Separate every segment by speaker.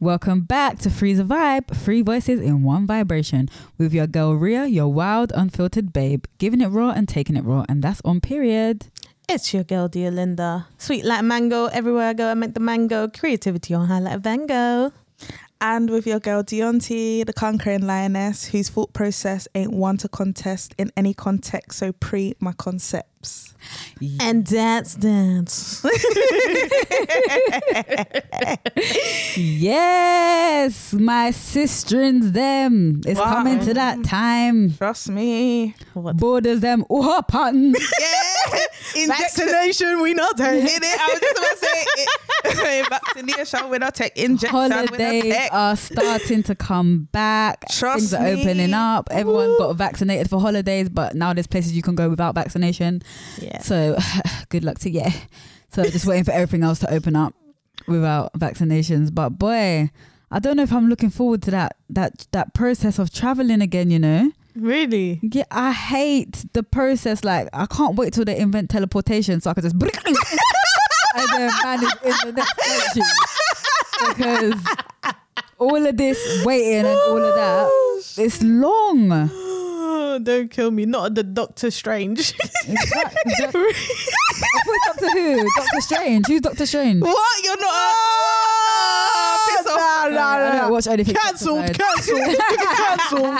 Speaker 1: Welcome back to Free the Vibe, three voices in one vibration, with your girl Ria, your wild, unfiltered babe, giving it raw and taking it raw, and that's on period.
Speaker 2: It's your girl, dear Linda. Sweet like mango. Everywhere I go, I make the mango. Creativity on highlight of Van Gogh.
Speaker 3: And with your girl Deonti, the conquering lioness, whose thought process ain't one to contest in any context, so pre my concepts.
Speaker 2: And dance, dance.
Speaker 1: Yes, my sisterins, them. It's
Speaker 3: Wow.
Speaker 1: coming to that time.
Speaker 3: Trust me.
Speaker 2: What?
Speaker 1: Borders them, oh, pardon.
Speaker 3: Yeah. Injection.
Speaker 2: Vaccination, we not
Speaker 3: In
Speaker 2: taking
Speaker 3: it, I was just about to say it. Vaccination without tech, injection without
Speaker 1: Holidays
Speaker 3: tech.
Speaker 1: are starting to come back.
Speaker 3: Trust
Speaker 1: Things are opening
Speaker 3: me.
Speaker 1: up. Everyone
Speaker 3: Woo.
Speaker 1: got vaccinated for holidays, but now there's places you can go without vaccination.
Speaker 2: Yeah.
Speaker 1: So good luck to yeah. So just waiting for everything else to open up without vaccinations. But boy, I don't know if I'm looking forward to that that that process of traveling again. You know,
Speaker 2: Really?
Speaker 1: yeah, I hate the process. Like I can't wait till they invent teleportation so I can just and then man is in the next country because all of this waiting and all of that. It's long.
Speaker 2: Don't kill me. Not the Doctor Strange.
Speaker 1: Is that- is that- Who's Doctor Who? Doctor Strange. Who's Doctor Strange?
Speaker 3: What? You're not. Oh, piss off.
Speaker 2: Nah, nah,
Speaker 1: I
Speaker 2: nah,
Speaker 1: don't
Speaker 2: nah.
Speaker 1: watch anything.
Speaker 2: Cancelled,
Speaker 1: classified.
Speaker 2: cancelled,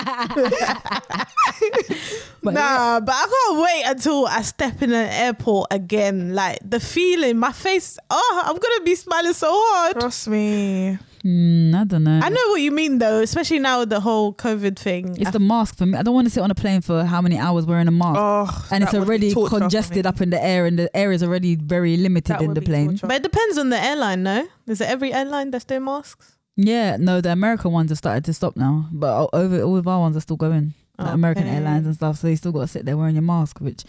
Speaker 2: cancelled.
Speaker 1: But
Speaker 2: Nah, but I can't wait until I step in an airport again. Like the feeling, my face. Oh, I'm gonna be smiling so hard.
Speaker 3: Trust me.
Speaker 1: Mm, I don't know.
Speaker 2: I know what you mean though, especially now with the whole COVID thing.
Speaker 1: It's the mask for me. I don't want to sit on a plane for how many hours wearing a mask.
Speaker 3: Oh,
Speaker 1: and it's
Speaker 3: that would be
Speaker 1: already
Speaker 3: torture for
Speaker 1: congested
Speaker 3: me.
Speaker 1: up in the air, and the air is already very limited
Speaker 3: That
Speaker 1: in
Speaker 3: would
Speaker 1: the
Speaker 3: be
Speaker 1: plane.
Speaker 3: torture.
Speaker 2: but it depends on the airline, no? Is it every airline that's doing masks?
Speaker 1: Yeah, no, the American ones have started to stop now, but o- over all of our ones are still going,
Speaker 3: Oh,
Speaker 1: like American
Speaker 2: Okay.
Speaker 1: Airlines and stuff. So you still got to sit there wearing your mask, which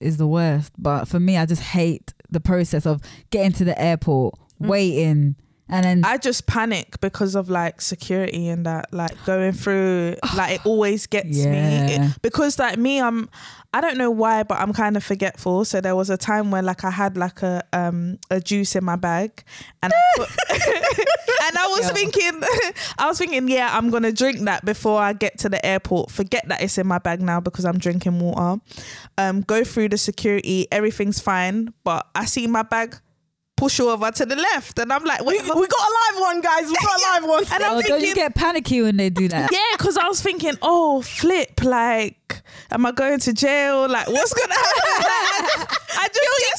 Speaker 1: is the worst. But for me, I just hate the process of getting to the airport,
Speaker 2: Mm.
Speaker 1: waiting, and then
Speaker 3: I just panic because of like security and that, like going through, like it always gets me. It-
Speaker 1: Yeah.
Speaker 3: because like me, I'm, I don't know why, but I'm kind of forgetful. So there was a time where like I had like a um a juice in my bag, and I put, and I was
Speaker 1: Yeah.
Speaker 3: thinking, I was thinking, yeah, I'm gonna drink that before I get to the airport. Forget that it's in my bag now because I'm drinking water. Um, go through the security, everything's fine, but I see my bag. Push over to the left, and I'm like,
Speaker 2: We,
Speaker 3: wait,
Speaker 2: we got a live one, guys. We got a live one.
Speaker 3: and I'm
Speaker 1: oh, don't you
Speaker 3: thinking,
Speaker 1: get panicky when they do that?
Speaker 3: yeah, because I was thinking, oh, flip, like, am I going to jail? Like, what's gonna happen? I just get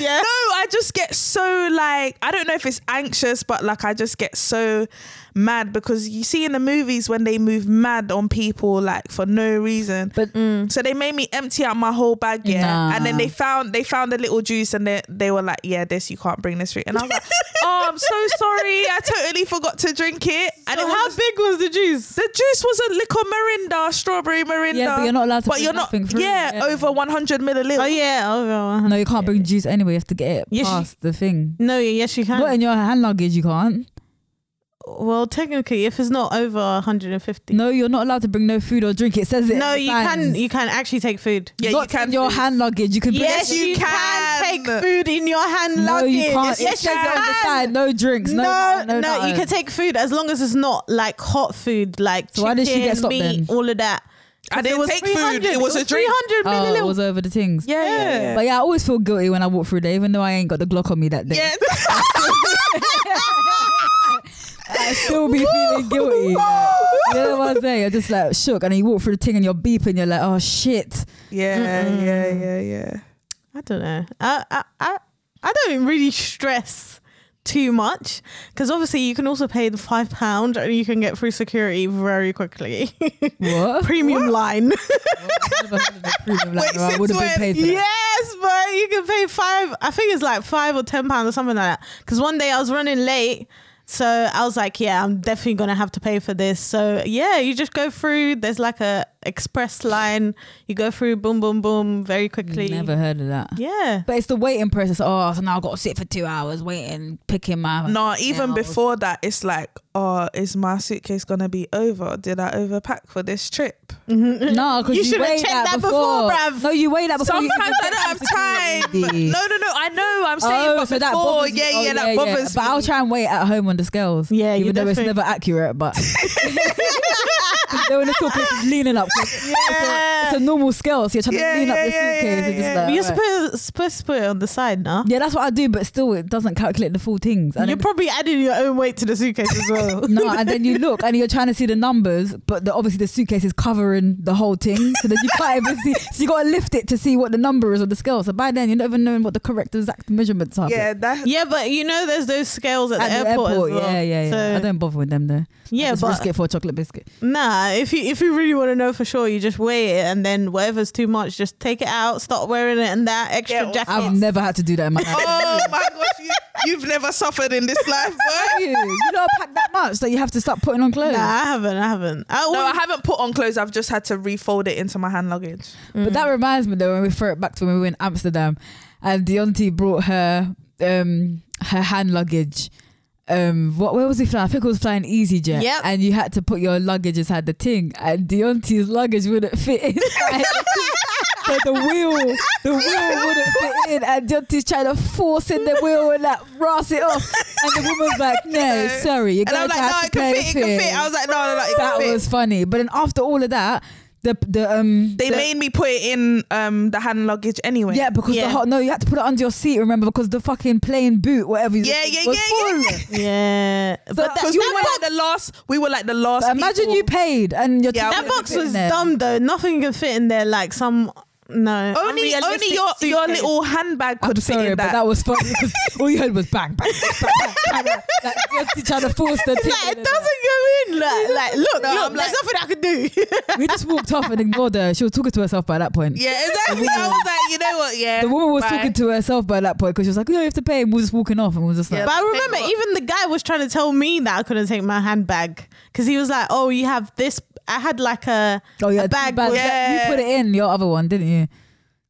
Speaker 2: yeah.
Speaker 3: no, I just get so like, I don't know if it's anxious, but like, I just get so mad because you see in the movies when they move mad on people like for no reason.
Speaker 1: But
Speaker 3: So they made me empty out my whole bag, yeah.
Speaker 1: Mm. Nah.
Speaker 3: And then they found they found a little juice, and they they were like, "Yeah, this you can't bring this through." And I was like, "Oh, I'm so sorry. I totally forgot to drink it." And it
Speaker 2: how
Speaker 3: was-
Speaker 2: big was the juice?
Speaker 3: the juice was a liquor Mirinda, strawberry Mirinda.
Speaker 1: Yeah, but you're not allowed to
Speaker 3: But
Speaker 1: bring
Speaker 3: you're not.
Speaker 1: nothing through,
Speaker 3: Yeah,
Speaker 1: yeah.
Speaker 3: over 100 milliliters.
Speaker 2: Oh yeah. Oh,
Speaker 1: no, you can't bring juice anyway. You have to get it
Speaker 2: Yes, you-
Speaker 1: past the thing.
Speaker 2: No, yes, you can.
Speaker 1: Not in your hand luggage, you can't.
Speaker 2: Well, technically, if it's not over 150,
Speaker 1: No, you're not allowed to bring no food or drink. It says it.
Speaker 2: no,
Speaker 1: on the
Speaker 2: you
Speaker 1: signs.
Speaker 2: can. You can actually take food.
Speaker 3: Yeah,
Speaker 1: not
Speaker 3: you can.
Speaker 1: in your hand luggage. You can bring
Speaker 3: Yes, you can.
Speaker 2: take food in your hand
Speaker 1: No,
Speaker 2: luggage.
Speaker 1: you can't.
Speaker 2: Yes,
Speaker 1: It
Speaker 2: you
Speaker 1: says it on the side.
Speaker 2: can.
Speaker 1: No drinks. No,
Speaker 2: no,
Speaker 1: no,
Speaker 2: you can take food as long as it's not like hot food, like
Speaker 1: So
Speaker 2: chicken,
Speaker 1: why did she get stopped
Speaker 2: meat,
Speaker 1: then?
Speaker 2: all of that.
Speaker 3: I
Speaker 2: 'Cause
Speaker 3: didn't take food.
Speaker 2: 300.
Speaker 3: It was a drink.
Speaker 2: 300
Speaker 1: Oh, it
Speaker 2: milliliters.
Speaker 1: was over the things.
Speaker 3: yeah, yeah, yeah.
Speaker 1: But yeah, I always feel guilty when I walk through there, even though I ain't got the Glock on me that day.
Speaker 3: yeah.
Speaker 1: I still be feeling guilty. like, you know what I'm saying? You're just like shook, and then you walk through the thing, and you're beeping. You're like, oh shit.
Speaker 3: yeah, yeah, yeah, yeah.
Speaker 2: I don't know. I I I, I don't really stress too much because obviously you can also pay the five pound and you can get through security very quickly.
Speaker 1: What?
Speaker 2: Premium line.
Speaker 1: I've never heard of a premium
Speaker 3: Wait,
Speaker 1: like that. I
Speaker 3: since
Speaker 1: would have been
Speaker 3: when?
Speaker 1: paid for that.
Speaker 2: yes, but you can pay five. I think it's like five or ten pounds or something like that. Because one day I was running late. So I was like, yeah, I'm definitely gonna have to pay for this. So yeah, you just go through. There's like a express line. You go through, boom, boom, boom, very quickly.
Speaker 1: Never heard of that.
Speaker 2: Yeah.
Speaker 1: But it's the waiting process. Oh, so now I've got to sit for two hours waiting, picking my.
Speaker 3: No, even
Speaker 1: nails.
Speaker 3: before that, it's like, oh, is my suitcase gonna be over? Did I overpack for this trip?
Speaker 1: No, because
Speaker 2: You
Speaker 1: you,
Speaker 2: should have
Speaker 1: weigh
Speaker 2: checked
Speaker 1: that,
Speaker 2: that
Speaker 1: before,
Speaker 2: before, bruv.
Speaker 1: No, you weigh that before. you
Speaker 3: Sometimes I
Speaker 1: even
Speaker 3: don't have
Speaker 1: text
Speaker 3: time.
Speaker 1: the
Speaker 3: No, no,
Speaker 1: lady.
Speaker 3: no. I know. I'm saying,
Speaker 1: Oh,
Speaker 3: but
Speaker 1: so that
Speaker 3: before,
Speaker 1: bothers
Speaker 3: yeah,
Speaker 1: oh,
Speaker 3: yeah, that bothers
Speaker 1: But I'll
Speaker 3: me.
Speaker 1: try and weigh it at home on the scales.
Speaker 2: Yeah, you
Speaker 1: even though it's never
Speaker 2: definitely-
Speaker 1: accurate, but 'Cause then when the talk is leaning up. 'cause it's a-
Speaker 2: Yeah.
Speaker 1: It's a normal scale, so you're trying
Speaker 3: Yeah,
Speaker 1: to lean
Speaker 3: yeah,
Speaker 1: up your
Speaker 3: yeah,
Speaker 1: suitcase.
Speaker 3: yeah,
Speaker 1: and just
Speaker 3: yeah.
Speaker 1: like,
Speaker 2: But you're
Speaker 1: right.
Speaker 2: supposed, supposed to put it on the side, no?
Speaker 1: Yeah, that's what I do, but still, it doesn't calculate the full things. And
Speaker 2: You're
Speaker 1: then-
Speaker 2: probably adding your own weight to the suitcase as well.
Speaker 1: no, and then you look and you're trying to see the numbers, but the, obviously the suitcase is covering the whole thing, so then you can't even see. So you got to lift it to see what the number is on the scale. So by then, you're not even knowing what the correct exact measurements are.
Speaker 3: Yeah, that.
Speaker 2: yeah, but you know, there's those scales at,
Speaker 1: At
Speaker 2: the, airport. as well.
Speaker 1: yeah, yeah, yeah. I
Speaker 2: So,
Speaker 1: don't bother with them though. I
Speaker 2: yeah,
Speaker 1: just risk
Speaker 2: but
Speaker 1: it for a chocolate biscuit.
Speaker 2: nah. If you if you really want to know for sure, you just weigh it, and then whatever's too much, just take it out, stop wearing it, and that extra
Speaker 3: Yeah,
Speaker 2: jacket.
Speaker 1: I've never had to do that in my life.
Speaker 3: Oh my gosh, you, you've never suffered in this life, boy.
Speaker 1: you, you don't pack that much that you have to start putting on
Speaker 2: Nah,
Speaker 1: clothes.
Speaker 2: I haven't. I haven't. I
Speaker 3: No, I
Speaker 2: always-
Speaker 3: haven't put on clothes. I've just had to refold it into my hand luggage.
Speaker 1: But
Speaker 3: Mm.
Speaker 1: that reminds me though, when we refer it back to when we were in Amsterdam and the auntie brought her um her hand luggage. Um, what where was he flying? I think it was flying EasyJet.
Speaker 2: Yep.
Speaker 1: And you had to put your luggage inside the thing, and the auntie's luggage wouldn't fit inside. so the wheel, the wheel wouldn't fit in, and the auntie's trying to force in the wheel and like rass it off. And the woman's like, "No,
Speaker 3: No.
Speaker 1: sorry, you're
Speaker 3: And
Speaker 1: gonna
Speaker 3: I'm like,
Speaker 1: have
Speaker 3: no,
Speaker 1: to
Speaker 3: it can
Speaker 1: pay
Speaker 3: fit, it can fit. I was like, no, no, no, it
Speaker 1: that
Speaker 3: can fit.
Speaker 1: was funny. But then after all of that, the the um
Speaker 3: they
Speaker 1: the-
Speaker 3: made me put it in um the hand luggage anyway.
Speaker 1: Yeah, because
Speaker 2: Yeah.
Speaker 1: the hot no, you had to put it under your seat. Remember, because the fucking plain boot, whatever. you-
Speaker 3: Yeah, yeah,
Speaker 1: was
Speaker 3: yeah, yeah,
Speaker 1: full.
Speaker 2: yeah, but that,
Speaker 3: Because we
Speaker 1: you
Speaker 3: were like the last. We were like the last.
Speaker 1: But imagine
Speaker 3: people.
Speaker 1: you paid and your
Speaker 3: Yeah, I
Speaker 2: that
Speaker 3: wouldn't
Speaker 2: box
Speaker 1: fit in
Speaker 2: was
Speaker 1: there.
Speaker 2: dumb though. Nothing can fit in there. Like some no.
Speaker 3: Only, only
Speaker 2: unrealistic
Speaker 3: your your
Speaker 2: suitcase.
Speaker 3: little handbag
Speaker 1: I'm
Speaker 3: could fit
Speaker 1: sorry,
Speaker 3: in
Speaker 1: but
Speaker 3: that.
Speaker 1: that was funny because all you heard was bang, bang, bang, bang, bang, bang. Like, you're trying to force the thing.
Speaker 2: Like,
Speaker 1: in
Speaker 2: it
Speaker 1: and
Speaker 2: doesn't go in. Like, like look,
Speaker 3: No,
Speaker 2: look,
Speaker 3: I'm
Speaker 2: there's nothing I could do.
Speaker 1: out. We just walked off and ignored her. She was talking to herself by that point.
Speaker 3: yeah, exactly. I was like, you know what? Yeah,
Speaker 1: The woman was
Speaker 3: bye.
Speaker 1: talking to herself by that point because she was like, "No, you have to pay." And we were just walking off, and we were just like,
Speaker 3: Yeah.
Speaker 2: but I remember
Speaker 3: Take what?
Speaker 2: even the guy was trying to tell me that I couldn't take my handbag because he was like, "Oh, you have this." I had like a,
Speaker 1: "Oh yeah,
Speaker 2: a bag.
Speaker 1: bag.
Speaker 2: with-
Speaker 3: Yeah.
Speaker 1: you put it in your other one, didn't you?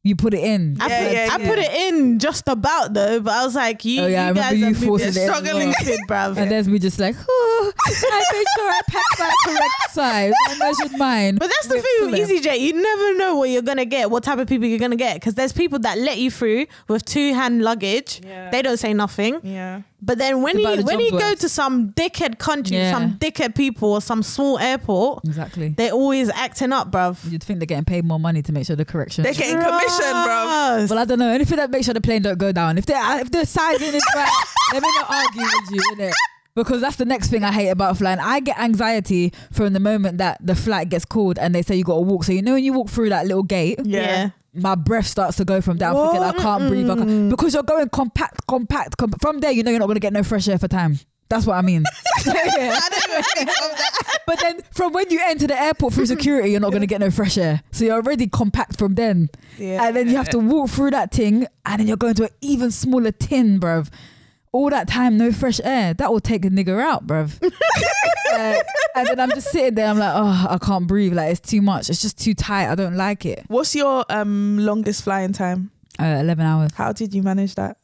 Speaker 1: You put it in.
Speaker 2: I,
Speaker 3: Yeah,
Speaker 2: put,
Speaker 3: yeah,
Speaker 2: I
Speaker 3: yeah.
Speaker 2: put it in just about though, but I was like, "You,
Speaker 1: Oh, yeah, I
Speaker 2: you
Speaker 1: remember you
Speaker 2: guys are moving
Speaker 1: forced
Speaker 3: You're
Speaker 1: it in as
Speaker 3: struggling.
Speaker 1: well.
Speaker 2: stupid, bruv."
Speaker 1: And there's me just like, oh, I made sure I packed my correct size. I measured mine.
Speaker 2: But that's the
Speaker 1: with
Speaker 2: thing with
Speaker 1: fuller.
Speaker 2: EasyJet. You never know what you're gonna get, what type of people you're gonna get, because there's people that let you through with two hand luggage.
Speaker 3: Yeah.
Speaker 2: They don't say nothing.
Speaker 3: Yeah.
Speaker 2: But then when
Speaker 1: It's about
Speaker 2: you
Speaker 1: the
Speaker 2: when
Speaker 1: jobs
Speaker 2: you go
Speaker 1: worth.
Speaker 2: to some dickhead country,
Speaker 1: Yeah.
Speaker 2: some dickhead people, or some small airport,
Speaker 1: Exactly.
Speaker 2: they're always acting up, bruv.
Speaker 1: You'd think they're getting paid more money to make sure the correction.
Speaker 3: They're getting commission, bro.
Speaker 2: Yes.
Speaker 1: well, I don't know. Anything that makes sure the plane don't go down. If they if the sizing is right, let me not argue with you, innit? Because that's the next thing I hate about flying. I get anxiety from the moment that the flight gets called and they say you got to walk. So you know when you walk through that little gate,
Speaker 2: Yeah.
Speaker 1: my breath starts to go from there. I'm thinking I can't breathe I
Speaker 3: Mm.
Speaker 1: can't, because you're going compact, compact, compact. From there, you know you're not going to get no fresh air for time. That's what I mean. but then from when you enter the airport through security, you're not going to get no fresh air. So you're already compact from then.
Speaker 3: Yeah.
Speaker 1: And then you have to walk through that thing and then you're going to an even smaller tin, bruv. All that time, no fresh air. That will take a nigger out, bruv. Like, and then I'm just sitting there. I'm like, oh, I can't breathe. Like, it's too much. It's just too tight. I don't like it.
Speaker 3: What's your um longest flying time?
Speaker 1: Uh, 11 hours.
Speaker 3: How did you manage that?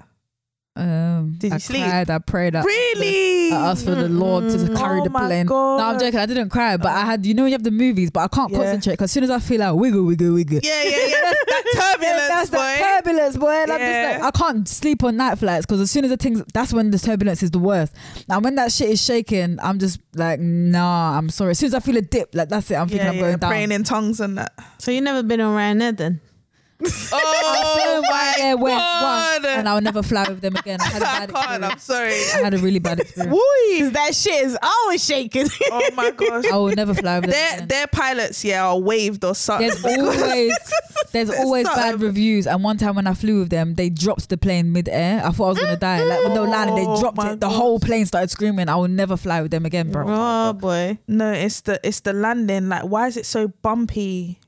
Speaker 1: Um,
Speaker 3: Did you
Speaker 1: I
Speaker 3: sleep?
Speaker 1: Cried, I prayed. I,
Speaker 3: really?
Speaker 1: I asked for the Lord to carry
Speaker 3: Oh
Speaker 1: the
Speaker 3: my
Speaker 1: plane.
Speaker 3: God.
Speaker 1: No, I'm joking. I didn't cry, but I had. You know, when you have the movies, but I can't
Speaker 3: Yeah.
Speaker 1: concentrate because as soon as I feel like wiggle, wiggle, wiggle.
Speaker 3: yeah, yeah, yeah. That
Speaker 1: Yeah,
Speaker 3: turbulence,
Speaker 1: that's
Speaker 3: boy.
Speaker 1: the turbulence, boy. And I'm
Speaker 3: Yeah.
Speaker 1: just like, I can't sleep on night flights because as soon as the things, that's when the turbulence is the worst. And when that shit is shaking, I'm just like, nah, I'm sorry. As soon as I feel a dip, like that's it. I'm thinking
Speaker 3: yeah,
Speaker 1: I'm
Speaker 3: yeah,
Speaker 1: going down.
Speaker 3: praying in tongues and that.
Speaker 2: So you never been on Ryanair then?
Speaker 3: Oh my
Speaker 1: Air went
Speaker 3: god!
Speaker 1: once, and I'll never fly with them again. I had a
Speaker 3: I
Speaker 1: bad
Speaker 3: can't. I'm
Speaker 1: experience.
Speaker 3: sorry.
Speaker 1: I had a really bad experience.
Speaker 2: Because that shit is always shaking.
Speaker 3: Oh my gosh.
Speaker 1: I will never fly with them.
Speaker 3: Their
Speaker 1: again.
Speaker 3: their pilots, yeah, are waved or something.
Speaker 1: there's always there's always
Speaker 3: not
Speaker 1: bad
Speaker 3: over.
Speaker 1: reviews. And one time when I flew with them, they dropped the plane mid-air. I thought I was gonna die. Like when they were landing,
Speaker 3: Oh
Speaker 1: they dropped
Speaker 3: my
Speaker 1: it. The
Speaker 3: God.
Speaker 1: whole plane started screaming. I will never fly with them again, bro.
Speaker 2: oh boy.
Speaker 3: no, it's the it's the landing. Like, why is it so bumpy?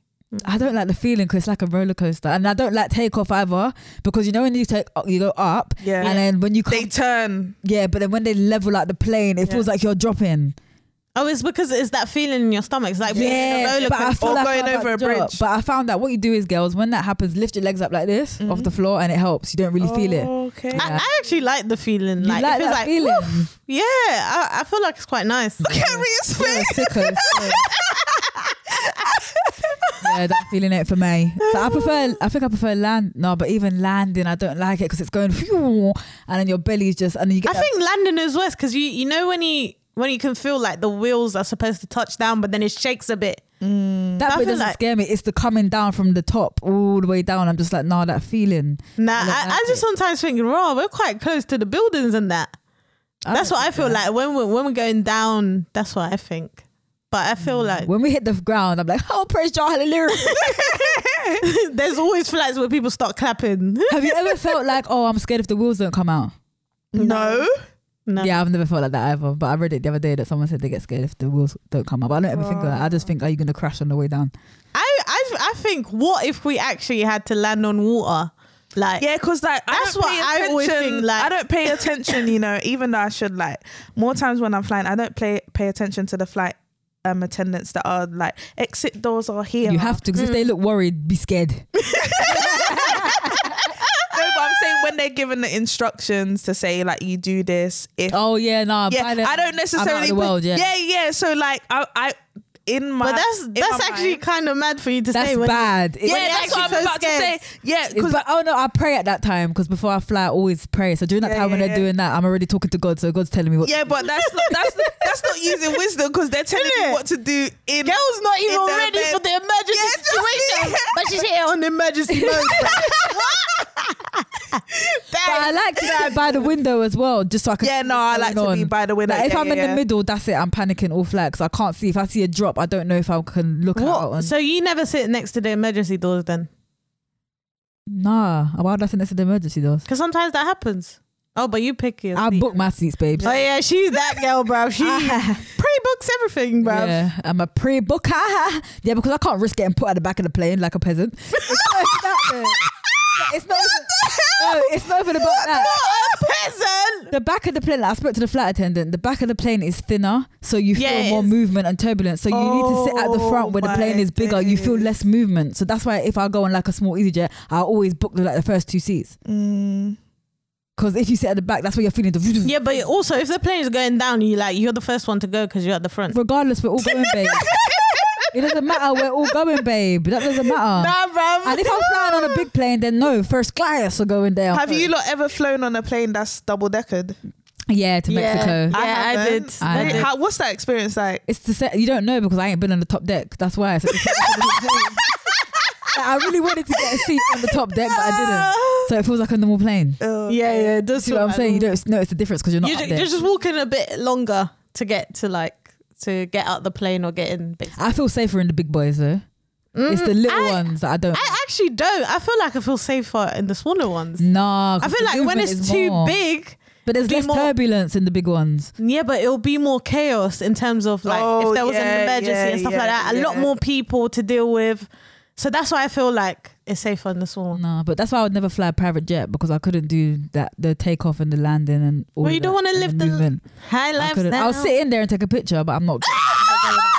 Speaker 1: I don't like the feeling because it's like a roller coaster, and I don't like takeoff either because you know when you take you go up,
Speaker 3: Yeah.
Speaker 1: and then when you come,
Speaker 3: They turn.
Speaker 1: yeah, but then when they level out the plane, it
Speaker 3: Yeah.
Speaker 1: feels like you're dropping.
Speaker 2: Oh, it's because it's that feeling in your stomach. It's like being in a roller
Speaker 1: but I
Speaker 2: coaster.
Speaker 1: feel
Speaker 3: or
Speaker 1: like
Speaker 3: going
Speaker 1: I found
Speaker 3: over
Speaker 1: out-
Speaker 3: a bridge.
Speaker 1: But I found out what you do is, girls, when that happens, lift your legs up like this off the floor, and it helps. You don't really feel it.
Speaker 3: Oh, Okay.
Speaker 2: I, I actually like the feeling.
Speaker 1: You
Speaker 2: Like,
Speaker 1: like,
Speaker 2: it feels
Speaker 1: that
Speaker 2: like
Speaker 1: feeling?
Speaker 2: yeah, I, I feel like it's quite nice.
Speaker 3: Curious
Speaker 1: You're
Speaker 3: face.
Speaker 1: a sicko, so- yeah, that feeling ain't for me. So I prefer. I think I prefer land. No, but even landing, I don't like it because it's going phew, and then your belly's just and then you get.
Speaker 2: I
Speaker 1: that-
Speaker 2: think landing is worse because you you know when you when you can feel like the wheels are supposed to touch down, but then it shakes a bit.
Speaker 1: that bit
Speaker 2: I feel
Speaker 1: doesn't
Speaker 2: like-
Speaker 1: scare me. It's the coming down from the top all the way down. I'm just like, nah, that feeling.
Speaker 2: Nah,
Speaker 1: I
Speaker 2: I,
Speaker 1: don't
Speaker 2: I,
Speaker 1: like
Speaker 2: just
Speaker 1: it.
Speaker 2: sometimes think, raw, we're quite close to the buildings and that.
Speaker 1: I
Speaker 2: that's
Speaker 1: don't
Speaker 2: what I
Speaker 1: like
Speaker 2: feel
Speaker 1: that.
Speaker 2: like when we're when we're going down. That's what I think. But I feel like
Speaker 1: When we hit the ground, I'm like, oh, praise God, hallelujah.
Speaker 2: there's always flights where people start clapping.
Speaker 1: Have you ever felt like, oh, I'm scared if the wheels don't come out?
Speaker 3: No.
Speaker 2: No.
Speaker 1: Yeah, I've never felt like that either. But I read it the other day that someone said they get scared if the wheels don't come up. I don't ever think of that. I just think, are you going to crash on the way down?
Speaker 2: I, I I think what if we actually had to land on water? Like
Speaker 3: Yeah, because like
Speaker 2: That's
Speaker 3: I don't
Speaker 2: what
Speaker 3: pay
Speaker 2: I always
Speaker 3: attention-
Speaker 2: think, like-
Speaker 3: I don't pay attention, you know, even though I should like more times when I'm flying, I don't play pay attention to the flight um attendants that are like exit doors are here.
Speaker 1: You have to, because if
Speaker 2: Mm.
Speaker 1: they look worried, be scared.
Speaker 3: no, but I'm saying when they're given the instructions to say like you do this if
Speaker 1: Oh, yeah, nah.
Speaker 3: yeah,
Speaker 1: by then,
Speaker 3: I don't
Speaker 1: I'm out
Speaker 3: necessarily
Speaker 1: of the world, yeah.
Speaker 3: yeah, yeah. So like I I in my
Speaker 2: but that's
Speaker 3: in
Speaker 2: that's
Speaker 3: my
Speaker 2: actually
Speaker 3: mind-
Speaker 2: kind of mad for you to
Speaker 1: That's
Speaker 2: say. When,
Speaker 1: bad. It-
Speaker 3: yeah,
Speaker 2: when it
Speaker 3: that's what I'm
Speaker 2: actually so
Speaker 3: about
Speaker 2: scares.
Speaker 3: to say. Yeah,
Speaker 1: It's
Speaker 3: because
Speaker 1: but oh no, I pray at that time because before I fly, I always pray. So during that
Speaker 3: Yeah,
Speaker 1: time when
Speaker 3: yeah,
Speaker 1: they're
Speaker 3: yeah.
Speaker 1: doing that, I'm already talking to God, so God's telling me what.
Speaker 3: yeah, but that's not that's not, that's not using wisdom because they're telling you what to do in
Speaker 2: Girl's not even
Speaker 3: in the
Speaker 2: ready
Speaker 3: event.
Speaker 2: for the emergency
Speaker 3: Yeah, just-
Speaker 2: situation,
Speaker 3: yeah.
Speaker 2: but she's here on the emergency mode. bro.
Speaker 1: But I
Speaker 2: That
Speaker 1: like to sit by the window as well, just so I can.
Speaker 3: Yeah,
Speaker 1: see
Speaker 3: no, I
Speaker 1: what's
Speaker 3: like
Speaker 1: going
Speaker 3: to be
Speaker 1: on.
Speaker 3: by the window.
Speaker 1: Like, if
Speaker 3: Yeah,
Speaker 1: I'm
Speaker 3: yeah,
Speaker 1: in the
Speaker 3: yeah.
Speaker 1: middle, that's it. I'm panicking all flags. I can't see. If I see a drop, I don't know if I can look out.
Speaker 2: What?
Speaker 1: And,
Speaker 2: So you never sit next to the emergency doors then?
Speaker 1: nah, why would I sit next to the emergency doors?
Speaker 2: Because sometimes that happens. Oh, but you pick your.
Speaker 1: I
Speaker 2: seat.
Speaker 1: book my seats, babes.
Speaker 2: Oh yeah, she's that girl, bro. She pre-books everything, bro.
Speaker 1: Yeah, I'm a pre-booker. Yeah, because I can't risk getting put at the back of the plane like a peasant. It's not even that, though. It's not. Even, no, it's not even about that.
Speaker 2: What a peasant!
Speaker 1: The back of the plane, I spoke to the flight attendant, the back of the plane is thinner, so you feel
Speaker 2: Yeah, it
Speaker 1: more
Speaker 2: is.
Speaker 1: movement and turbulence. So you need to sit at the
Speaker 3: Oh,
Speaker 1: front where the plane
Speaker 3: my
Speaker 1: is bigger, you feel
Speaker 3: days.
Speaker 1: less movement. So that's why if I go on like a small EasyJet, I always book the, like the first two seats.
Speaker 3: Mm.
Speaker 1: Because if you sit at the back, that's where you're feeling the.
Speaker 2: Yeah, but also if the plane is going down, you like you're the first one to go because you're at the front.
Speaker 1: Regardless, we're all going, babe. it doesn't matter, we're all going, babe. That doesn't matter.
Speaker 2: Nah, bro.
Speaker 1: And if I'm flying on a big plane, then no, first class are going down.
Speaker 3: Have you lot ever flown on a plane that's double deckered?
Speaker 1: Yeah, to Mexico.
Speaker 2: Yeah, I,
Speaker 3: haven't.
Speaker 2: did.
Speaker 1: I
Speaker 3: Really?
Speaker 1: did.
Speaker 3: How, what's that experience like?
Speaker 1: It's to say you don't know because I ain't been on the top deck. That's why. So it's- Like, I really wanted to get a seat on the top deck, but I didn't. So it feels like a normal plane.
Speaker 3: Oh,
Speaker 2: Yeah, yeah. That's
Speaker 1: See what I'm saying? You don't notice the difference because you're not
Speaker 2: You're, ju-
Speaker 1: up there.
Speaker 2: you're just walking a bit longer to get to like to get out the plane or get in. Basically. Mm,
Speaker 1: I feel safer in the big boys though. it's the little
Speaker 2: Mm-hmm. I-
Speaker 1: ones that I don't.
Speaker 2: I actually don't. I feel like I feel safer in the smaller ones.
Speaker 1: nah, 'cause
Speaker 2: I feel
Speaker 1: the
Speaker 2: like when
Speaker 1: Mm, movement
Speaker 2: it's
Speaker 1: is
Speaker 2: too
Speaker 1: more.
Speaker 2: big,
Speaker 1: but there's
Speaker 2: be
Speaker 1: less
Speaker 2: more-
Speaker 1: turbulence in the big ones.
Speaker 2: Yeah, but it'll be more chaos in terms of like
Speaker 3: Oh,
Speaker 2: if there was
Speaker 3: yeah,
Speaker 2: an emergency
Speaker 3: yeah,
Speaker 2: and stuff
Speaker 3: yeah,
Speaker 2: like that. A lot
Speaker 3: yeah.
Speaker 2: more people to deal with. So that's why I feel like it's safer in the small.
Speaker 1: Nah, but that's why I would never fly a private jet because I couldn't do that the takeoff and the landing and all.
Speaker 2: Well, you
Speaker 1: of that
Speaker 2: don't wanna
Speaker 1: and
Speaker 2: live the-
Speaker 1: movement.
Speaker 2: High
Speaker 1: I
Speaker 2: life.
Speaker 1: couldn't. I'll sit in there and take a picture, but I'm not.
Speaker 2: Ah,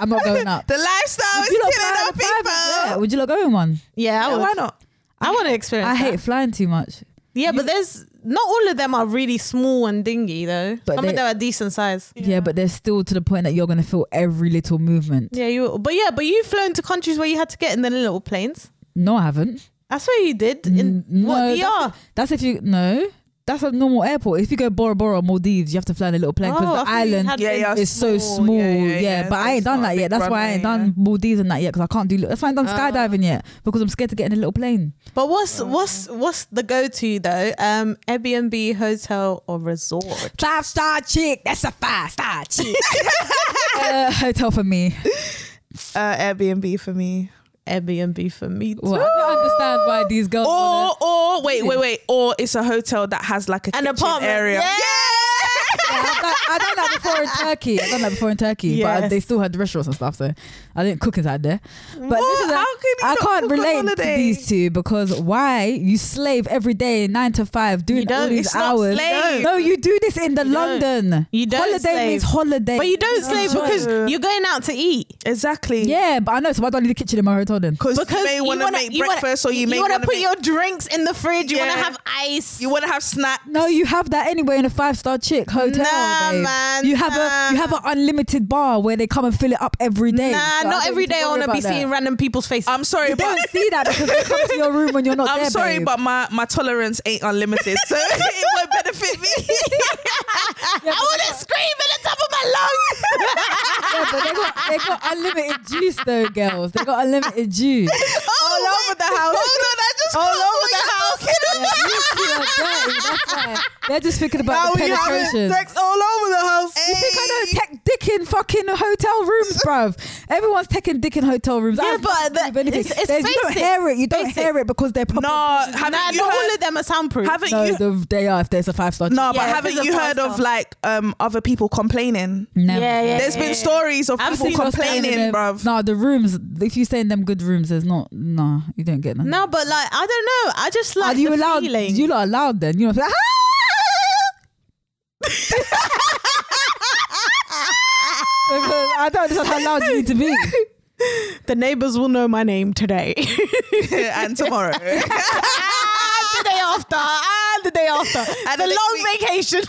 Speaker 1: I'm not going up.
Speaker 3: The lifestyle is
Speaker 1: Would you lot
Speaker 3: killing
Speaker 1: fly
Speaker 3: our
Speaker 1: on a private jet?
Speaker 3: people.
Speaker 1: Would you lot go in one?
Speaker 2: Yeah, I
Speaker 3: Yeah,
Speaker 2: would.
Speaker 3: why not?
Speaker 2: I want to experience.
Speaker 1: I
Speaker 2: that.
Speaker 1: hate flying too much.
Speaker 2: Yeah, but there's not all of them are really small and dingy though.
Speaker 1: But
Speaker 2: Some
Speaker 1: they-
Speaker 2: of them are decent size.
Speaker 1: Yeah. but they're still to the point that you're gonna feel every little movement.
Speaker 2: Yeah, you. But yeah, but you've flown to countries where you had to get in the little planes.
Speaker 1: No, I haven't.
Speaker 2: That's what you did in
Speaker 1: Mm,
Speaker 2: what
Speaker 1: no,
Speaker 2: VR.
Speaker 1: That's if you no. That's a normal airport. If you go Bora Bora or Maldives, you have to fly in a little plane because
Speaker 2: Oh, I
Speaker 1: the
Speaker 2: thought you
Speaker 1: island
Speaker 2: had
Speaker 3: Yeah,
Speaker 2: been-
Speaker 3: yeah.
Speaker 1: is so small. Yeah, but I ain't done that yet. That's why I ain't done Maldives and that yet because I can't do. That's why I ain't done
Speaker 2: Oh.
Speaker 1: skydiving yet because I'm scared to get in a little plane.
Speaker 2: But what's what's what's the go to though? Um, Airbnb, hotel, or resort?
Speaker 1: Five star chick. That's a five star chick. uh, hotel for me.
Speaker 3: Uh, Airbnb for me.
Speaker 2: Airbnb for me. Too.
Speaker 1: Well, I don't understand why these girls. wanna-
Speaker 3: Or or wait wait wait. Or it's a hotel that has like a
Speaker 2: An
Speaker 3: kitchen
Speaker 2: apartment
Speaker 3: area.
Speaker 2: Yeah.
Speaker 1: Yeah, I've I done that before in Turkey. I done that before in Turkey, but
Speaker 2: Yes.
Speaker 1: they still had restaurants and stuff, so I didn't cook inside there. But this is a-
Speaker 3: How can you
Speaker 1: I can't
Speaker 3: not cook on
Speaker 1: relate to
Speaker 3: holiday?
Speaker 1: these two because why you slave every day nine to five doing all
Speaker 2: don't.
Speaker 1: these
Speaker 2: It's not
Speaker 1: hours?
Speaker 2: slave.
Speaker 1: No, you do this in the
Speaker 2: You don't.
Speaker 1: London.
Speaker 2: You don't
Speaker 1: holiday
Speaker 2: slave.
Speaker 1: means holiday,
Speaker 2: But you don't slave
Speaker 1: Enjoy.
Speaker 2: because
Speaker 3: Yeah.
Speaker 2: you're going out to eat.
Speaker 3: Exactly.
Speaker 1: Yeah, but I know. So why do I need the kitchen in my hotel then?
Speaker 3: Because you
Speaker 2: Because
Speaker 3: may want to make
Speaker 2: you wanna-
Speaker 3: breakfast or you may
Speaker 2: you
Speaker 3: want
Speaker 2: wanna
Speaker 3: to
Speaker 2: put your drinks in the fridge. You want
Speaker 3: Yeah.
Speaker 2: to have ice.
Speaker 3: you want to have snack.
Speaker 1: No, you have that anyway in a five star chick hotel.
Speaker 2: Nah,
Speaker 1: babe.
Speaker 2: man,
Speaker 1: You have a
Speaker 2: nah.
Speaker 1: you have an unlimited bar where they come and fill it up every day.
Speaker 2: nah,
Speaker 1: So I
Speaker 2: not
Speaker 1: don't
Speaker 2: every
Speaker 1: need to
Speaker 2: day I
Speaker 1: worry
Speaker 2: want to be
Speaker 1: about that.
Speaker 2: seeing random people's faces.
Speaker 3: I'm sorry,
Speaker 1: You
Speaker 3: but
Speaker 1: don't see that because they come to your room when
Speaker 2: Oh,
Speaker 1: you're not
Speaker 3: I'm
Speaker 1: there.
Speaker 3: sorry,
Speaker 1: babe.
Speaker 3: but my my tolerance ain't unlimited, so it won't benefit me.
Speaker 2: I want to scream at the top of my lungs.
Speaker 1: Yeah, but they got they got unlimited juice though, girls. They got unlimited juice.
Speaker 3: All over the house. Oh Hold on, I just
Speaker 2: All
Speaker 3: can't
Speaker 2: over
Speaker 3: what
Speaker 2: the
Speaker 3: you're
Speaker 2: house.
Speaker 3: talking about.
Speaker 1: Yeah, you two are dirty, that's why. They're just thinking
Speaker 3: Now
Speaker 1: about the
Speaker 3: we having
Speaker 1: penetration.
Speaker 3: sex all over the house.
Speaker 1: You think I don't take dick in fucking hotel rooms, bruv? Everyone's taking dick in hotel rooms.
Speaker 2: Yeah,
Speaker 1: I have
Speaker 2: but
Speaker 1: nothing to do
Speaker 2: the-
Speaker 1: with anything.
Speaker 2: it's- it's
Speaker 1: There's- you don't
Speaker 2: basic.
Speaker 1: hear it. You don't
Speaker 2: Basic.
Speaker 1: hear it because they're proper.
Speaker 3: No, haven't
Speaker 2: Nah,
Speaker 3: you
Speaker 2: not
Speaker 3: heard?
Speaker 2: all of them are soundproof.
Speaker 3: haven't
Speaker 1: no,
Speaker 3: you?
Speaker 1: the, they are if there's a five star.
Speaker 2: Yeah,
Speaker 3: no, but
Speaker 2: if
Speaker 3: haven't
Speaker 2: it's a
Speaker 3: you heard
Speaker 2: five
Speaker 3: of
Speaker 2: star.
Speaker 3: like um other people complaining?
Speaker 1: never.
Speaker 2: Yeah, yeah.
Speaker 3: There's been stories of
Speaker 2: I've
Speaker 3: people
Speaker 2: seen us staying
Speaker 3: complaining,
Speaker 1: them,
Speaker 3: bruv.
Speaker 1: No, the rooms. If you stay in them good rooms, there's not. No, you don't get none.
Speaker 2: No, but like I don't know. I just
Speaker 1: are
Speaker 2: like
Speaker 1: you
Speaker 2: the
Speaker 1: allowed?
Speaker 2: feeling.
Speaker 1: You lot allowed then? You know. Like, Ah! because I don't understand how loud you need to be.
Speaker 2: the neighbors will know my name today,
Speaker 3: and tomorrow.
Speaker 2: and the day after, and the day after.
Speaker 3: And
Speaker 2: the
Speaker 3: the next
Speaker 2: long
Speaker 3: week.
Speaker 2: vacation.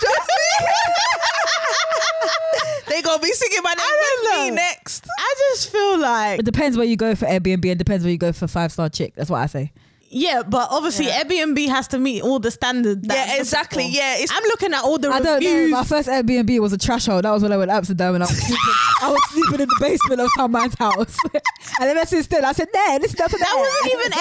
Speaker 3: they gonna be singing my
Speaker 2: I
Speaker 3: name
Speaker 2: don't
Speaker 3: with me
Speaker 2: know.
Speaker 3: next.
Speaker 2: I just feel like
Speaker 1: It depends where you go for Airbnb. It depends where you go for five star chick. That's what I say.
Speaker 2: yeah, but obviously Airbnb has to meet all the standards. that I'm
Speaker 3: Yeah,
Speaker 2: looking
Speaker 3: exactly.
Speaker 2: for.
Speaker 3: Yeah, it's
Speaker 2: I'm looking at all the
Speaker 1: I don't know.
Speaker 2: reviews.
Speaker 1: My first Airbnb was a trash hole. That was when I went to Amsterdam and I was sleeping, I was sleeping in the basement of someone's house. and ever since then, I said, nah, this is not for
Speaker 2: that wasn't even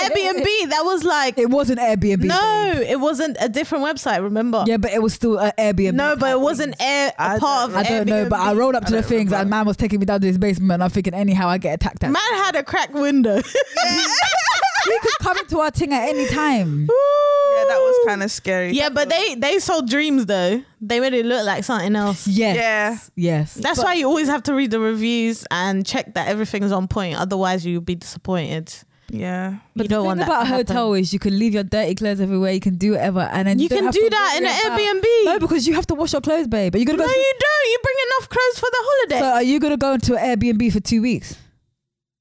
Speaker 2: Airbnb. That was like
Speaker 1: It wasn't Airbnb.
Speaker 2: no, it wasn't a different website. Remember?
Speaker 1: Yeah, but it was still an Airbnb.
Speaker 2: No, but it wasn't air,
Speaker 3: I
Speaker 2: a
Speaker 3: don't
Speaker 2: part of.
Speaker 1: I don't know, but I
Speaker 2: Airbnb.
Speaker 1: rolled up to
Speaker 3: I
Speaker 1: the
Speaker 3: don't
Speaker 1: things
Speaker 3: remember.
Speaker 1: and man was taking me down to his basement. And I'm thinking, anyhow, I get attacked at.
Speaker 2: Man had a crack window.
Speaker 1: he could come into our thing at any time.
Speaker 3: Yeah, that was kind of scary.
Speaker 2: Yeah, but they they sold dreams though. They made it look like something else.
Speaker 1: Yes.
Speaker 3: Yeah.
Speaker 1: Yes.
Speaker 2: That's why you always have to read the reviews and check that everything's on point. Otherwise, you'll be disappointed.
Speaker 3: Yeah.
Speaker 1: But
Speaker 2: you
Speaker 1: the
Speaker 2: don't
Speaker 1: thing
Speaker 2: want that
Speaker 1: about a
Speaker 2: to happen.
Speaker 1: hotel is you can leave your dirty clothes everywhere. You can do whatever, and then
Speaker 2: You,
Speaker 1: you, don't
Speaker 2: can
Speaker 1: have
Speaker 2: do
Speaker 1: to
Speaker 2: that in
Speaker 1: worry
Speaker 2: an
Speaker 1: about-
Speaker 2: Airbnb.
Speaker 1: No, because you have to wash your clothes, babe. Are you gonna
Speaker 2: No,
Speaker 1: go?
Speaker 2: you don't. You bring enough clothes for the holiday.
Speaker 1: so are you gonna go into an Airbnb for two weeks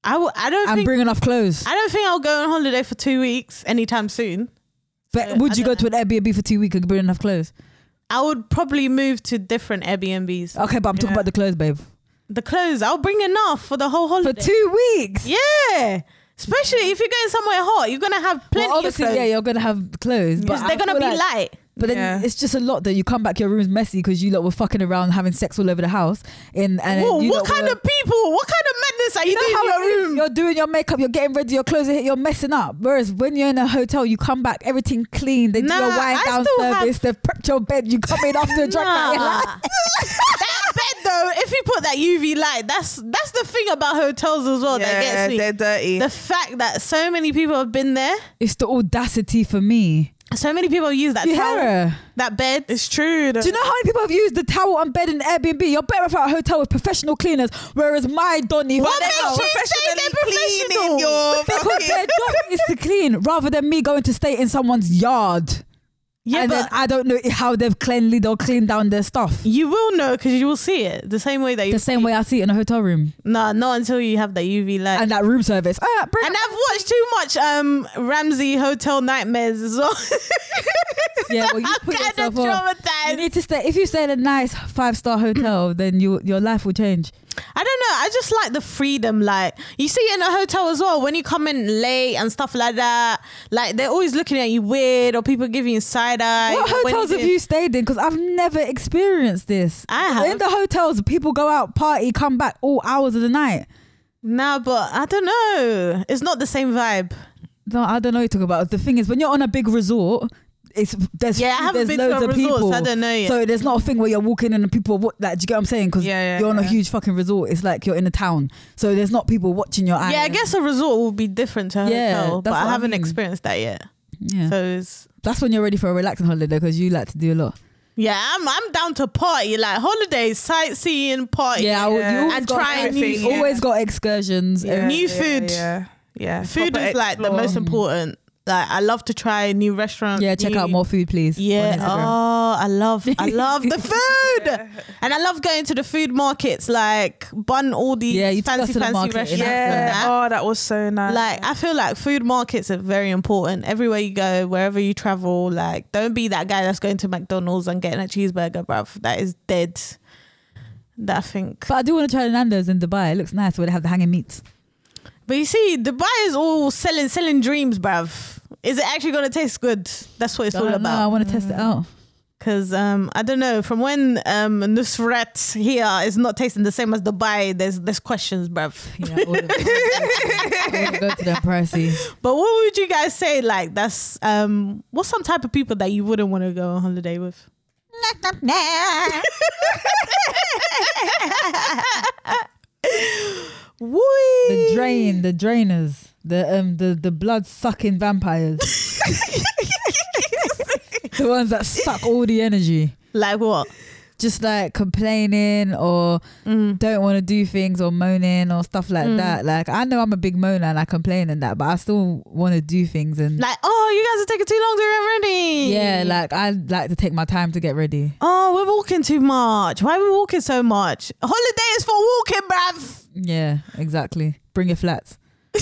Speaker 2: I w- I don't
Speaker 1: and
Speaker 2: think
Speaker 1: bring enough clothes?
Speaker 2: I don't think I'll go on holiday for two weeks anytime soon.
Speaker 1: But
Speaker 2: so I
Speaker 1: would you go
Speaker 2: don't
Speaker 1: to an Airbnb for two weeks and bring enough clothes?
Speaker 2: I would probably move to different Airbnbs.
Speaker 1: Okay, but I'm talking
Speaker 3: Yeah.
Speaker 1: about the clothes, babe.
Speaker 2: The clothes I'll bring enough for the whole
Speaker 1: For
Speaker 2: holiday.
Speaker 1: two weeks.
Speaker 2: yeah, especially if you're going somewhere hot, you're gonna have plenty
Speaker 1: Well, obviously,
Speaker 2: of
Speaker 1: yeah,
Speaker 2: clothes.
Speaker 1: you're gonna have clothes, but
Speaker 2: because
Speaker 1: I
Speaker 2: they're gonna
Speaker 1: feel
Speaker 2: be
Speaker 1: like-
Speaker 2: light.
Speaker 1: But then
Speaker 3: Yeah.
Speaker 1: it's just a lot that you come back, your room's messy because you lot were fucking around having sex all over the house. In and
Speaker 2: Whoa,
Speaker 1: you
Speaker 2: what
Speaker 1: lot
Speaker 2: kind
Speaker 1: were-
Speaker 2: of people? What kind of madness are you,
Speaker 1: You know
Speaker 2: doing in
Speaker 1: how
Speaker 2: your
Speaker 1: it is?
Speaker 2: room?
Speaker 1: You're doing your makeup, you're getting ready, your clothes are hit, you're messing up. Whereas when you're in a hotel, you come back, everything clean, they do your
Speaker 2: Nah,
Speaker 1: wind
Speaker 2: I
Speaker 1: down
Speaker 2: still have-
Speaker 1: service, they've prepped your bed, you come in after a drug night. you're like,
Speaker 2: Nah. that bed though, if you put that UV light, that's that's the thing about hotels as well Oh, that
Speaker 3: Yeah,
Speaker 2: gets me.
Speaker 3: they're dirty.
Speaker 2: The fact that so many people have been there,
Speaker 1: It's the audacity for me.
Speaker 2: so many people use that
Speaker 1: You
Speaker 2: towel,
Speaker 1: hear her?
Speaker 2: that bed.
Speaker 3: it's true.
Speaker 1: Do you know how many people have used the towel and bed in Airbnb? You're better off at a hotel with professional cleaners, whereas my Donny.
Speaker 3: What
Speaker 1: for
Speaker 3: makes
Speaker 1: now-
Speaker 3: you
Speaker 2: say they're
Speaker 3: professionally
Speaker 2: professional?
Speaker 3: cleaning your
Speaker 1: Because their
Speaker 3: fucking
Speaker 1: job is to clean rather than me going to stay in someone's yard.
Speaker 2: yeah,
Speaker 1: and
Speaker 2: but
Speaker 1: then I don't know how they've cleanly they'll clean down their stuff.
Speaker 2: you will know because you will see it the same way that you.
Speaker 1: The same way I see it in a hotel room.
Speaker 2: Nah, not until you have that UV light.
Speaker 1: and that room service. Ah, bring
Speaker 2: And I've watched too much um Ramsey Hotel Nightmares as well.
Speaker 1: Yeah, well, you
Speaker 2: I'm
Speaker 1: put
Speaker 2: kind of
Speaker 1: yourself off.
Speaker 2: traumatized.
Speaker 1: You need to stay. If you stay in a nice five star hotel, then you, your life will change.
Speaker 2: I don't know. I just like the freedom. Like you see in a hotel as well when you come in late and stuff like that. Like they're always looking at you weird or people giving you side eye.
Speaker 1: what
Speaker 2: When
Speaker 1: hotels have
Speaker 2: do-
Speaker 1: you stayed in? Because I've never experienced this.
Speaker 2: I have.
Speaker 1: In the hotels, people go out, party, come back all hours of the night.
Speaker 2: Nah, but I don't know. It's not the same vibe.
Speaker 1: No, I don't know what you're talking about. The thing is, when you're on a big resort, it's there's
Speaker 2: Yeah, I haven't
Speaker 1: there's
Speaker 2: been
Speaker 1: loads
Speaker 2: to a
Speaker 1: of
Speaker 2: resort,
Speaker 1: people.
Speaker 2: so I don't know yet.
Speaker 1: So there's not a thing where you're walking in and people what like do you get what I'm saying? Because
Speaker 3: Yeah, yeah,
Speaker 1: you're on a
Speaker 3: yeah.
Speaker 1: huge fucking resort. It's like you're in a town. So there's not people watching your eye.
Speaker 2: yeah, I guess a resort will be different to a
Speaker 1: Yeah,
Speaker 2: hotel, but
Speaker 1: that's
Speaker 2: I
Speaker 1: what I
Speaker 2: haven't
Speaker 1: mean.
Speaker 2: experienced that yet.
Speaker 1: Yeah.
Speaker 2: So it's
Speaker 1: that's when you're ready for a relaxing holiday because you like to do a lot.
Speaker 2: Yeah, I'm, I'm down to party, like holidays, sightseeing, party.
Speaker 1: Yeah, I would-
Speaker 3: Yeah.
Speaker 1: you always
Speaker 2: Oh, And
Speaker 1: got
Speaker 2: try
Speaker 1: something.
Speaker 3: new
Speaker 1: You always got excursions.
Speaker 3: Yeah,
Speaker 2: New
Speaker 3: yeah,
Speaker 2: food.
Speaker 3: Yeah, yeah.
Speaker 2: Food
Speaker 3: Proper
Speaker 2: is like the
Speaker 3: explore.
Speaker 2: most important. Like I love to try new restaurants.
Speaker 1: Uh, Yeah, check
Speaker 2: new-
Speaker 1: out more food, please. on
Speaker 2: Yeah.
Speaker 1: Instagram.
Speaker 2: Oh, I love I love the food.
Speaker 3: Yeah.
Speaker 2: And I love going to the food markets, like bun all these
Speaker 1: Yeah, you took us
Speaker 2: fancy
Speaker 1: to the
Speaker 2: fancy
Speaker 1: market in
Speaker 2: restaurants.
Speaker 1: Africa.
Speaker 2: and
Speaker 3: Yeah.
Speaker 2: that.
Speaker 3: Oh, that was so nice.
Speaker 2: Like I feel like food markets are very important. Everywhere you go, wherever you travel, like don't be that guy that's going to McDonald's and getting a cheeseburger, bruv. That is dead. That I think.
Speaker 1: But I do want to try the Nando's in Dubai. It looks nice where they have the hanging meats.
Speaker 2: But you see, Dubai is all selling selling dreams, bruv. Is it actually gonna taste good? That's what it's
Speaker 1: I
Speaker 2: all
Speaker 1: don't know, I
Speaker 2: about. Mm.
Speaker 1: want to test it out.
Speaker 2: Cause um, I don't know, from when um Nusrat here is not tasting the same as Dubai, there's there's questions, bruv.
Speaker 1: Yeah, all of them. I want to go to them pricey.
Speaker 2: But what would you guys say? Like that's um, what's some type of people that you wouldn't want to go on holiday with? Woo!
Speaker 1: The drain, the drainers, the um, the the blood sucking vampires. the ones that suck all the energy.
Speaker 2: Like what?
Speaker 1: Just like complaining or
Speaker 3: Mm.
Speaker 1: don't want to do things or moaning or stuff like that. Like I know I'm a big moaner and I complain and that, but I still want to do things and
Speaker 2: Like oh, you guys are taking too long to get ready.
Speaker 1: yeah, like I like to take my time to get ready.
Speaker 2: oh, we're walking too much. Why are we walking so much? Holiday is for walking, bruv.
Speaker 1: Yeah, exactly. Bring your flats.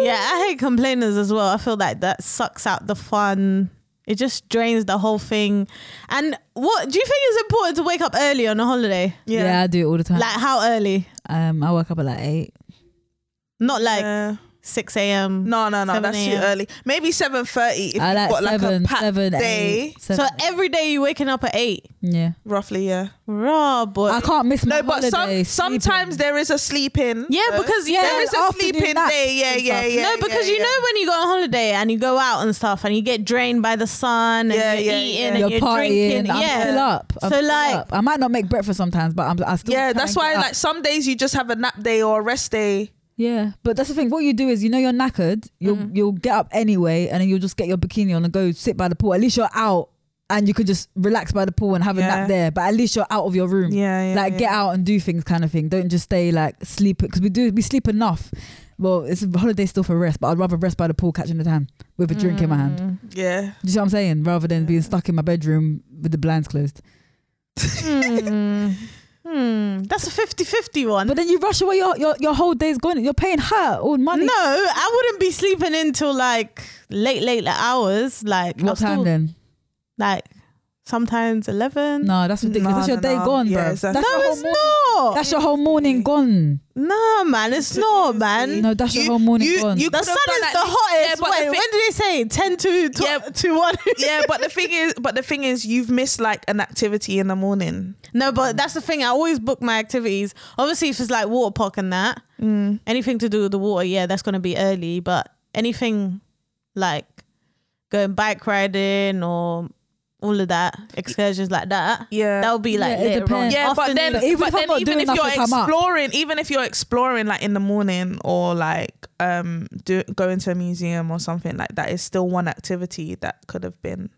Speaker 2: Yeah, I hate complainers as well. I feel like that sucks out the fun. It just drains the whole thing. And what do you think is important to wake up early on a holiday?
Speaker 1: Yeah. I do it all the time.
Speaker 2: Like how early?
Speaker 1: um, I wake up at like eight.
Speaker 2: Not like
Speaker 1: Uh,
Speaker 3: Yeah.
Speaker 2: six a.m.
Speaker 3: no, no, no.
Speaker 2: 7
Speaker 3: That's too
Speaker 2: a.m..
Speaker 3: early. Maybe seven thirty. If
Speaker 1: I
Speaker 3: you've
Speaker 1: like
Speaker 3: got like
Speaker 1: seven,
Speaker 3: a packed
Speaker 1: seven,
Speaker 3: day,
Speaker 1: eight, seven.
Speaker 2: So every day you're waking up at eight.
Speaker 1: yeah,
Speaker 3: roughly. Yeah.
Speaker 2: Raw, boy.
Speaker 1: I can't miss my
Speaker 3: No, but
Speaker 1: holiday.
Speaker 3: some, sometimes there is a sleeping.
Speaker 2: Yeah,
Speaker 3: though.
Speaker 2: because
Speaker 1: Yeah,
Speaker 3: there
Speaker 2: there
Speaker 3: is
Speaker 1: like
Speaker 3: a
Speaker 1: afternoon
Speaker 3: sleeping
Speaker 1: naps
Speaker 3: day. Yeah,
Speaker 1: and
Speaker 3: yeah,
Speaker 1: stuff.
Speaker 3: yeah.
Speaker 2: no, because
Speaker 3: yeah,
Speaker 2: you
Speaker 3: yeah.
Speaker 2: know when you go on holiday and you go out and stuff and you get drained by the sun and
Speaker 3: Yeah,
Speaker 2: you're
Speaker 3: yeah,
Speaker 2: eating
Speaker 3: yeah.
Speaker 2: and
Speaker 1: you're,
Speaker 2: you're,
Speaker 1: partying.
Speaker 2: drinking.
Speaker 1: I'm
Speaker 2: yeah.
Speaker 1: still up. I'm
Speaker 2: So,
Speaker 1: still
Speaker 2: like-
Speaker 1: up. I might not make breakfast sometimes, but I'm. I still try
Speaker 3: Yeah,
Speaker 1: and
Speaker 3: that's
Speaker 1: get
Speaker 3: why
Speaker 1: up.
Speaker 3: like some days you just have a nap day or a rest day.
Speaker 1: Yeah, but that's the thing. What you do is you know you're knackered. You'll
Speaker 3: Mm.
Speaker 1: you'll get up anyway, and then you'll just get your bikini on and go sit by the pool. At least you're out. And you could just relax by the pool and have a
Speaker 3: Yeah.
Speaker 1: nap there, but at least you're out of your room.
Speaker 3: Yeah, yeah,
Speaker 1: like
Speaker 3: yeah.
Speaker 1: get out and do things, kind of thing. Don't just stay like sleep because we do we sleep enough. Well, it's a holiday still for rest, but I'd rather rest by the pool catching the tan with a drink in my hand.
Speaker 3: Yeah.
Speaker 1: Do you see what I'm saying? Rather than
Speaker 3: Mm.
Speaker 1: being stuck in my bedroom with the blinds closed.
Speaker 2: Hmm. Hmm. That's a 50-50 one.
Speaker 1: But then you rush away, your, your, your whole day's gone. You're paying her all money.
Speaker 2: No, I wouldn't be sleeping until like late, late hours. Like I'll
Speaker 1: What time
Speaker 2: still-
Speaker 1: then?
Speaker 2: Like sometimes eleven.
Speaker 1: No, that's ridiculous.
Speaker 3: No,
Speaker 1: that's your
Speaker 3: no,
Speaker 1: day
Speaker 3: no.
Speaker 1: gone,
Speaker 3: Yeah,
Speaker 1: bro.
Speaker 3: exactly.
Speaker 1: That's,
Speaker 2: No,
Speaker 1: your whole
Speaker 2: it's
Speaker 1: morning,
Speaker 2: not.
Speaker 1: that's your whole morning gone.
Speaker 2: no, man, it's not, man.
Speaker 1: No, that's your whole morning
Speaker 3: you-
Speaker 1: gone.
Speaker 3: you-
Speaker 2: the
Speaker 3: could've
Speaker 2: sun
Speaker 3: done
Speaker 2: is
Speaker 3: at
Speaker 2: the
Speaker 3: least- yeah,
Speaker 2: hottest.
Speaker 3: but the
Speaker 2: Wait,
Speaker 3: thing-
Speaker 2: when did they say ten to tw-
Speaker 3: Yeah.
Speaker 2: to one?
Speaker 3: yeah, but the thing is, but the thing is, you've missed like an activity in the morning.
Speaker 2: No, but that's the thing. I always book my activities. Obviously, if it's like water park and that,
Speaker 3: Mm.
Speaker 2: anything to do with the water, yeah, that's gonna be early. But anything like going bike riding or all of that excursions like that,
Speaker 3: Yeah.
Speaker 2: that would be like
Speaker 1: Yeah, it
Speaker 2: later on.
Speaker 1: depends.
Speaker 3: yeah, but then,
Speaker 2: Afternoon.
Speaker 1: But even
Speaker 3: but
Speaker 1: if I'm
Speaker 3: then
Speaker 1: not
Speaker 3: even
Speaker 1: doing
Speaker 3: if
Speaker 1: nothing,
Speaker 3: you're
Speaker 1: I'm up.
Speaker 3: exploring, even if you're exploring like in the morning or like um do, going to a museum or something like that, is still one activity that could have been.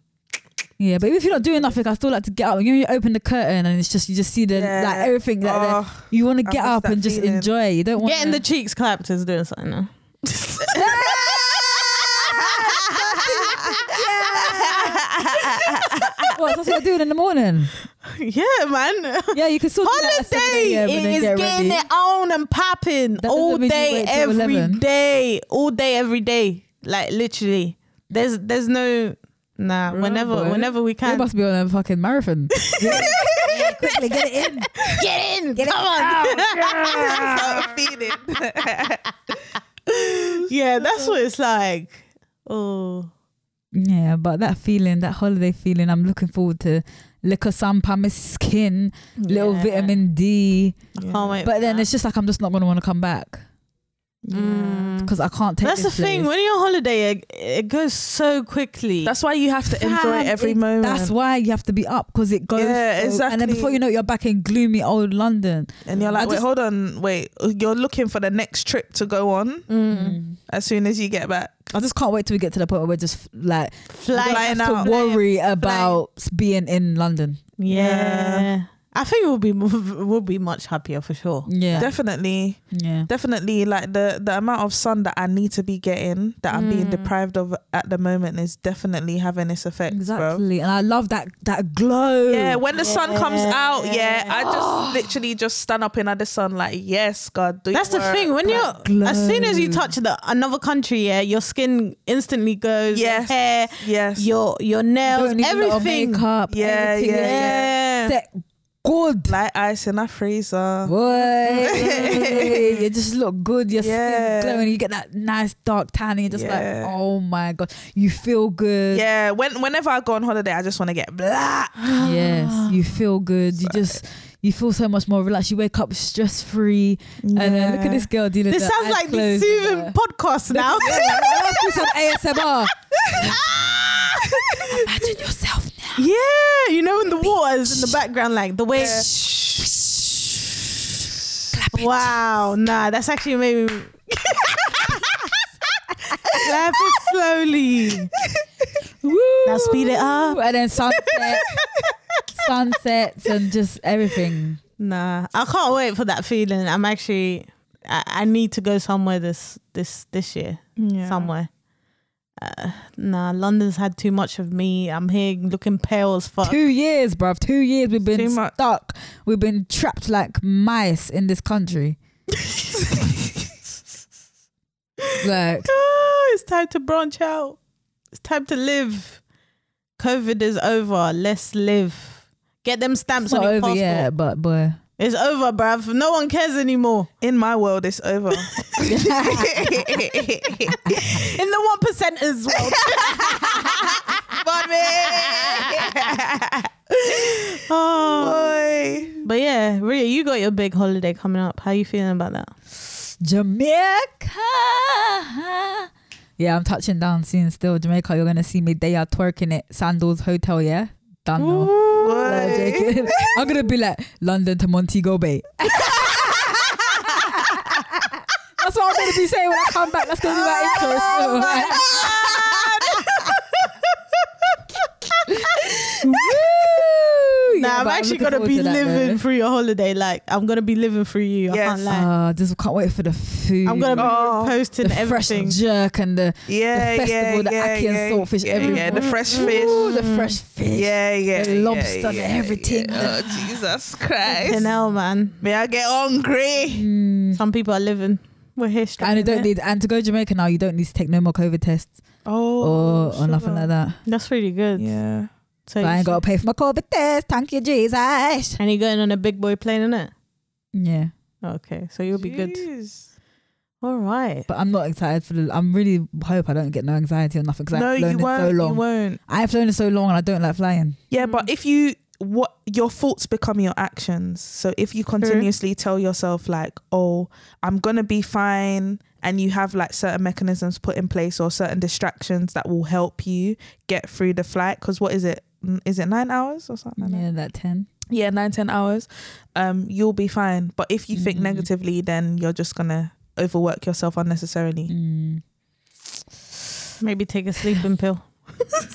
Speaker 1: Yeah, but even if you're not doing nothing, I still like to get up. You know, you open the curtain and it's just, you just see the,
Speaker 3: Yeah.
Speaker 1: like everything. Like, the-
Speaker 3: Oh,
Speaker 1: you want to
Speaker 3: I
Speaker 1: get
Speaker 3: miss
Speaker 1: up
Speaker 3: that
Speaker 1: and just
Speaker 3: feeling.
Speaker 1: enjoy it. You don't want
Speaker 2: Getting the cheeks clapped is doing something. Now.
Speaker 1: What, that's what you're doing in the morning.
Speaker 2: yeah, man.
Speaker 1: Yeah, you can still do that at 7
Speaker 2: Holiday
Speaker 1: a.m. and then
Speaker 2: is
Speaker 1: get
Speaker 2: getting
Speaker 1: ready.
Speaker 2: it on and popping
Speaker 1: doesn't
Speaker 2: all
Speaker 1: mean you
Speaker 2: day,
Speaker 1: wait till
Speaker 2: every
Speaker 1: 11.
Speaker 2: day, all day, every day. Like literally, there's there's no nah.
Speaker 1: Right,
Speaker 2: whenever
Speaker 1: boy.
Speaker 2: whenever we
Speaker 1: You
Speaker 2: can
Speaker 1: must be on a fucking marathon. Yeah, quickly, get it in.
Speaker 2: get in,
Speaker 1: Get it
Speaker 2: come on.
Speaker 3: that's how I'm feeling.
Speaker 2: Yeah, that's what it's like. Oh,
Speaker 1: Yeah, but that feeling, that holiday feeling, I'm looking forward to liquor sampa, my skin, little
Speaker 2: Yeah.
Speaker 1: vitamin D.
Speaker 2: can't wait.
Speaker 1: But
Speaker 2: for
Speaker 3: oh
Speaker 1: then
Speaker 2: that.
Speaker 1: it's just like I'm just not gonna want to come back. because I can't take.
Speaker 2: Mm. That's the
Speaker 1: this
Speaker 2: thing.
Speaker 1: place.
Speaker 2: When you're on holiday, it, it goes so quickly.
Speaker 3: That's why you have to enjoy
Speaker 1: Fam,
Speaker 3: every
Speaker 1: it-
Speaker 3: moment.
Speaker 1: That's why you have to be up because it goes.
Speaker 3: Yeah,
Speaker 1: so- And then
Speaker 3: exactly.
Speaker 1: before you know, it, you're back in gloomy old London.
Speaker 3: and you're like,
Speaker 1: I
Speaker 3: wait,
Speaker 1: just-
Speaker 3: hold on, wait. You're looking for the next trip to go on
Speaker 2: Mm.
Speaker 3: as soon as you get back.
Speaker 1: I just can't wait till we get to the point where we're just like
Speaker 2: Flying,
Speaker 3: Flying
Speaker 1: to
Speaker 3: out.
Speaker 1: worry about being in London.
Speaker 2: Yeah.
Speaker 3: Yeah.
Speaker 2: I think we'll be we'll be much happier for sure.
Speaker 1: Yeah,
Speaker 3: Definitely,
Speaker 1: yeah.
Speaker 3: definitely. Like the the amount of sun that I need to be getting that I'm being
Speaker 2: Mm.
Speaker 3: deprived of at the moment is definitely having this effect, bro.
Speaker 1: Exactly, and I love that that glow.
Speaker 3: Yeah, when the sun comes out, yeah, I
Speaker 1: Oh.
Speaker 3: just literally just stand up in the sun, like, yes, God, do
Speaker 2: That's the
Speaker 3: your work.
Speaker 2: thing. When you're
Speaker 1: Black glow.
Speaker 2: as soon as you touch the another country, yeah, your skin instantly goes. Your
Speaker 3: Yes.
Speaker 2: hair,
Speaker 3: yes,
Speaker 2: your your nails,
Speaker 1: Don't even lot of
Speaker 2: everything.
Speaker 1: makeup,
Speaker 3: Yeah,
Speaker 1: everything
Speaker 3: yeah,
Speaker 1: is
Speaker 2: yeah.
Speaker 1: set good.
Speaker 3: like ice in a
Speaker 2: Oh.
Speaker 3: freezer.
Speaker 1: Boy, you just look good. Your
Speaker 3: Yeah.
Speaker 1: skin's glowing. You get that nice dark tan. And you're just
Speaker 3: Yeah.
Speaker 1: like, oh my god, you feel good.
Speaker 3: Yeah, when whenever I go on holiday, I just want to get black.
Speaker 1: Yes, you feel good. You just you feel so much more relaxed. You wake up stress free. And then look at this girl dealing.
Speaker 2: This
Speaker 1: with her
Speaker 2: sounds
Speaker 1: eyes
Speaker 2: like the
Speaker 1: closed.
Speaker 2: soothing Oh,
Speaker 1: Yeah.
Speaker 2: podcast now.
Speaker 1: Let's do some ASMR.
Speaker 2: Ah!
Speaker 1: Imagine yourself now.
Speaker 2: yeah, you know, in the waters in the background, like the waves. Wow, nah, that's actually made me Laugh it slowly.
Speaker 1: Woo.
Speaker 2: Now speed it up.
Speaker 1: And then sunset, sunsets, and just everything.
Speaker 2: Nah, I can't wait for that feeling. I'm actually, I, I need to go somewhere this this this year.
Speaker 3: Yeah.
Speaker 2: Somewhere. Uh, nah, London's had too much of me. I'm here looking pale as fuck.
Speaker 1: Two years, bruv. Two years we've been
Speaker 3: Too much.
Speaker 1: stuck. We've been trapped like mice in this country. Like,
Speaker 2: Ah, it's time to branch out. It's time to live. COVID is over. Let's live. Get them stamps
Speaker 1: it's
Speaker 2: on
Speaker 1: not
Speaker 2: your
Speaker 1: over
Speaker 2: passport.
Speaker 1: yet, but boy.
Speaker 2: It's over, bruv. No one cares anymore.
Speaker 3: In my world, it's over.
Speaker 2: In the one percenters world. oh.
Speaker 3: Boy.
Speaker 2: But yeah, Ria, you got your big holiday coming up. How you feeling about that?
Speaker 1: Jamaica. Yeah, I'm touching down soon still. Jamaica, you're gonna see me. They are twerking it. Sandals Hotel, yeah? Done. now. Nah,
Speaker 3: Boy.
Speaker 1: joking. I'm gonna be like London to Montego Bay. That's what I'm gonna be saying when I come back. That's gonna be my intro still. Woo!
Speaker 2: nah,
Speaker 1: Yeah,
Speaker 2: I'm
Speaker 1: but
Speaker 2: actually
Speaker 1: looking
Speaker 2: gonna
Speaker 1: forward
Speaker 2: be
Speaker 1: to that, though.
Speaker 2: living through your holiday. Like I'm gonna be living through you. I
Speaker 3: Yes.
Speaker 2: can't lie.
Speaker 1: Ah, just can't wait for the food.
Speaker 2: I'm gonna be
Speaker 3: Oh.
Speaker 2: posting
Speaker 1: the fresh
Speaker 2: everything.
Speaker 1: jerk and the
Speaker 3: Yeah,
Speaker 1: The festival,
Speaker 3: yeah,
Speaker 1: the
Speaker 3: yeah,
Speaker 1: ackee and
Speaker 3: yeah,
Speaker 1: saltfish
Speaker 3: yeah,
Speaker 1: every
Speaker 3: yeah, the
Speaker 1: morning.
Speaker 3: fresh
Speaker 1: Ooh,
Speaker 3: fish.
Speaker 1: the fresh fish.
Speaker 3: Yeah, yeah,
Speaker 1: The
Speaker 3: yeah,
Speaker 1: lobster, the
Speaker 3: yeah,
Speaker 1: everything.
Speaker 3: yeah. Oh, Jesus
Speaker 2: You
Speaker 3: Christ!
Speaker 2: know, man.
Speaker 3: May I get hungry?
Speaker 1: Mm.
Speaker 2: Some people are living. We're here.
Speaker 1: And you
Speaker 2: struggling,
Speaker 1: don't
Speaker 2: innit?
Speaker 1: need and to go to Jamaica now, you don't need to take no more COVID tests
Speaker 3: Oh,
Speaker 1: or, or nothing like that.
Speaker 2: eh? That's really good.
Speaker 3: Yeah.
Speaker 2: So
Speaker 1: But I
Speaker 2: you
Speaker 1: ain't gotta pay for my COVID test. Thank you, Jesus.
Speaker 2: should- and you're going on a big boy plane, innit?
Speaker 1: Yeah.
Speaker 2: Okay, so you'll be good.
Speaker 3: Jeez.
Speaker 2: All right.
Speaker 1: But I'm not excited for the I'm really hope I don't get no anxiety or nothing because
Speaker 3: No,
Speaker 1: I've flown
Speaker 3: you
Speaker 1: in so
Speaker 3: won't. you
Speaker 1: long.
Speaker 3: won't.
Speaker 1: I have flown in so long and I don't like flying.
Speaker 3: Yeah,
Speaker 1: Mm.
Speaker 3: but if you what your thoughts become your actions. So if you continuously tell yourself like, "Oh, I'm gonna be fine," and you have like certain mechanisms put in place or certain distractions that will help you get through the flight. Because what is it? Mm, Is it nine hours or something? Like that?
Speaker 1: Yeah, that ten.
Speaker 3: yeah, nine ten hours. Um, you'll be fine. But if you think
Speaker 1: Mm.
Speaker 3: negatively, then you're just gonna overwork yourself unnecessarily,
Speaker 1: Mm.
Speaker 2: Maybe take a sleeping pill.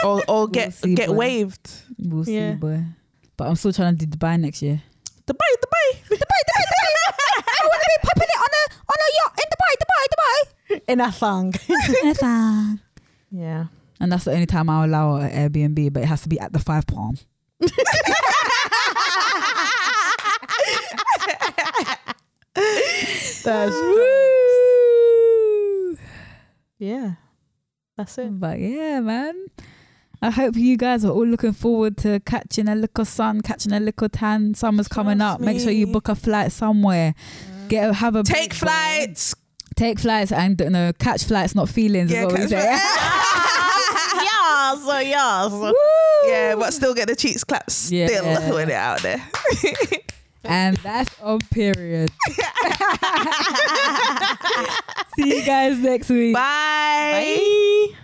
Speaker 3: or or get
Speaker 1: see,
Speaker 3: get
Speaker 1: boy.
Speaker 3: waived.
Speaker 1: We'll
Speaker 2: Yeah.
Speaker 1: see, boy. But I'm still trying to do Dubai next year.
Speaker 3: Dubai, Dubai,
Speaker 1: I want to be popping it on a on a yacht in Dubai, Dubai, Dubai.
Speaker 2: In a thong.
Speaker 1: Anything.
Speaker 2: Yeah.
Speaker 1: And that's the only time I'll allow an Airbnb, but it has to be at the Five Palm.
Speaker 2: That's
Speaker 1: Woo!
Speaker 2: yeah. That's it.
Speaker 1: But yeah, man. I hope you guys are all looking forward to catching a little sun, catching a little tan. Summer's coming
Speaker 3: Trust
Speaker 1: up. Make sure you
Speaker 3: me.
Speaker 1: book a flight somewhere. Get a, have a
Speaker 3: Take
Speaker 1: break.
Speaker 3: flights.
Speaker 1: Take flights and no catch flights, not feelings.
Speaker 3: Yeah,
Speaker 1: is what we
Speaker 3: catch
Speaker 1: say.
Speaker 3: flights.
Speaker 2: yeah, so yeah. So.
Speaker 1: Woo!
Speaker 3: yeah, but still get the cheeks claps. Still
Speaker 1: Yeah.
Speaker 3: putting it out there.
Speaker 1: And that's on period. See you guys next week.
Speaker 3: Bye.
Speaker 2: Bye.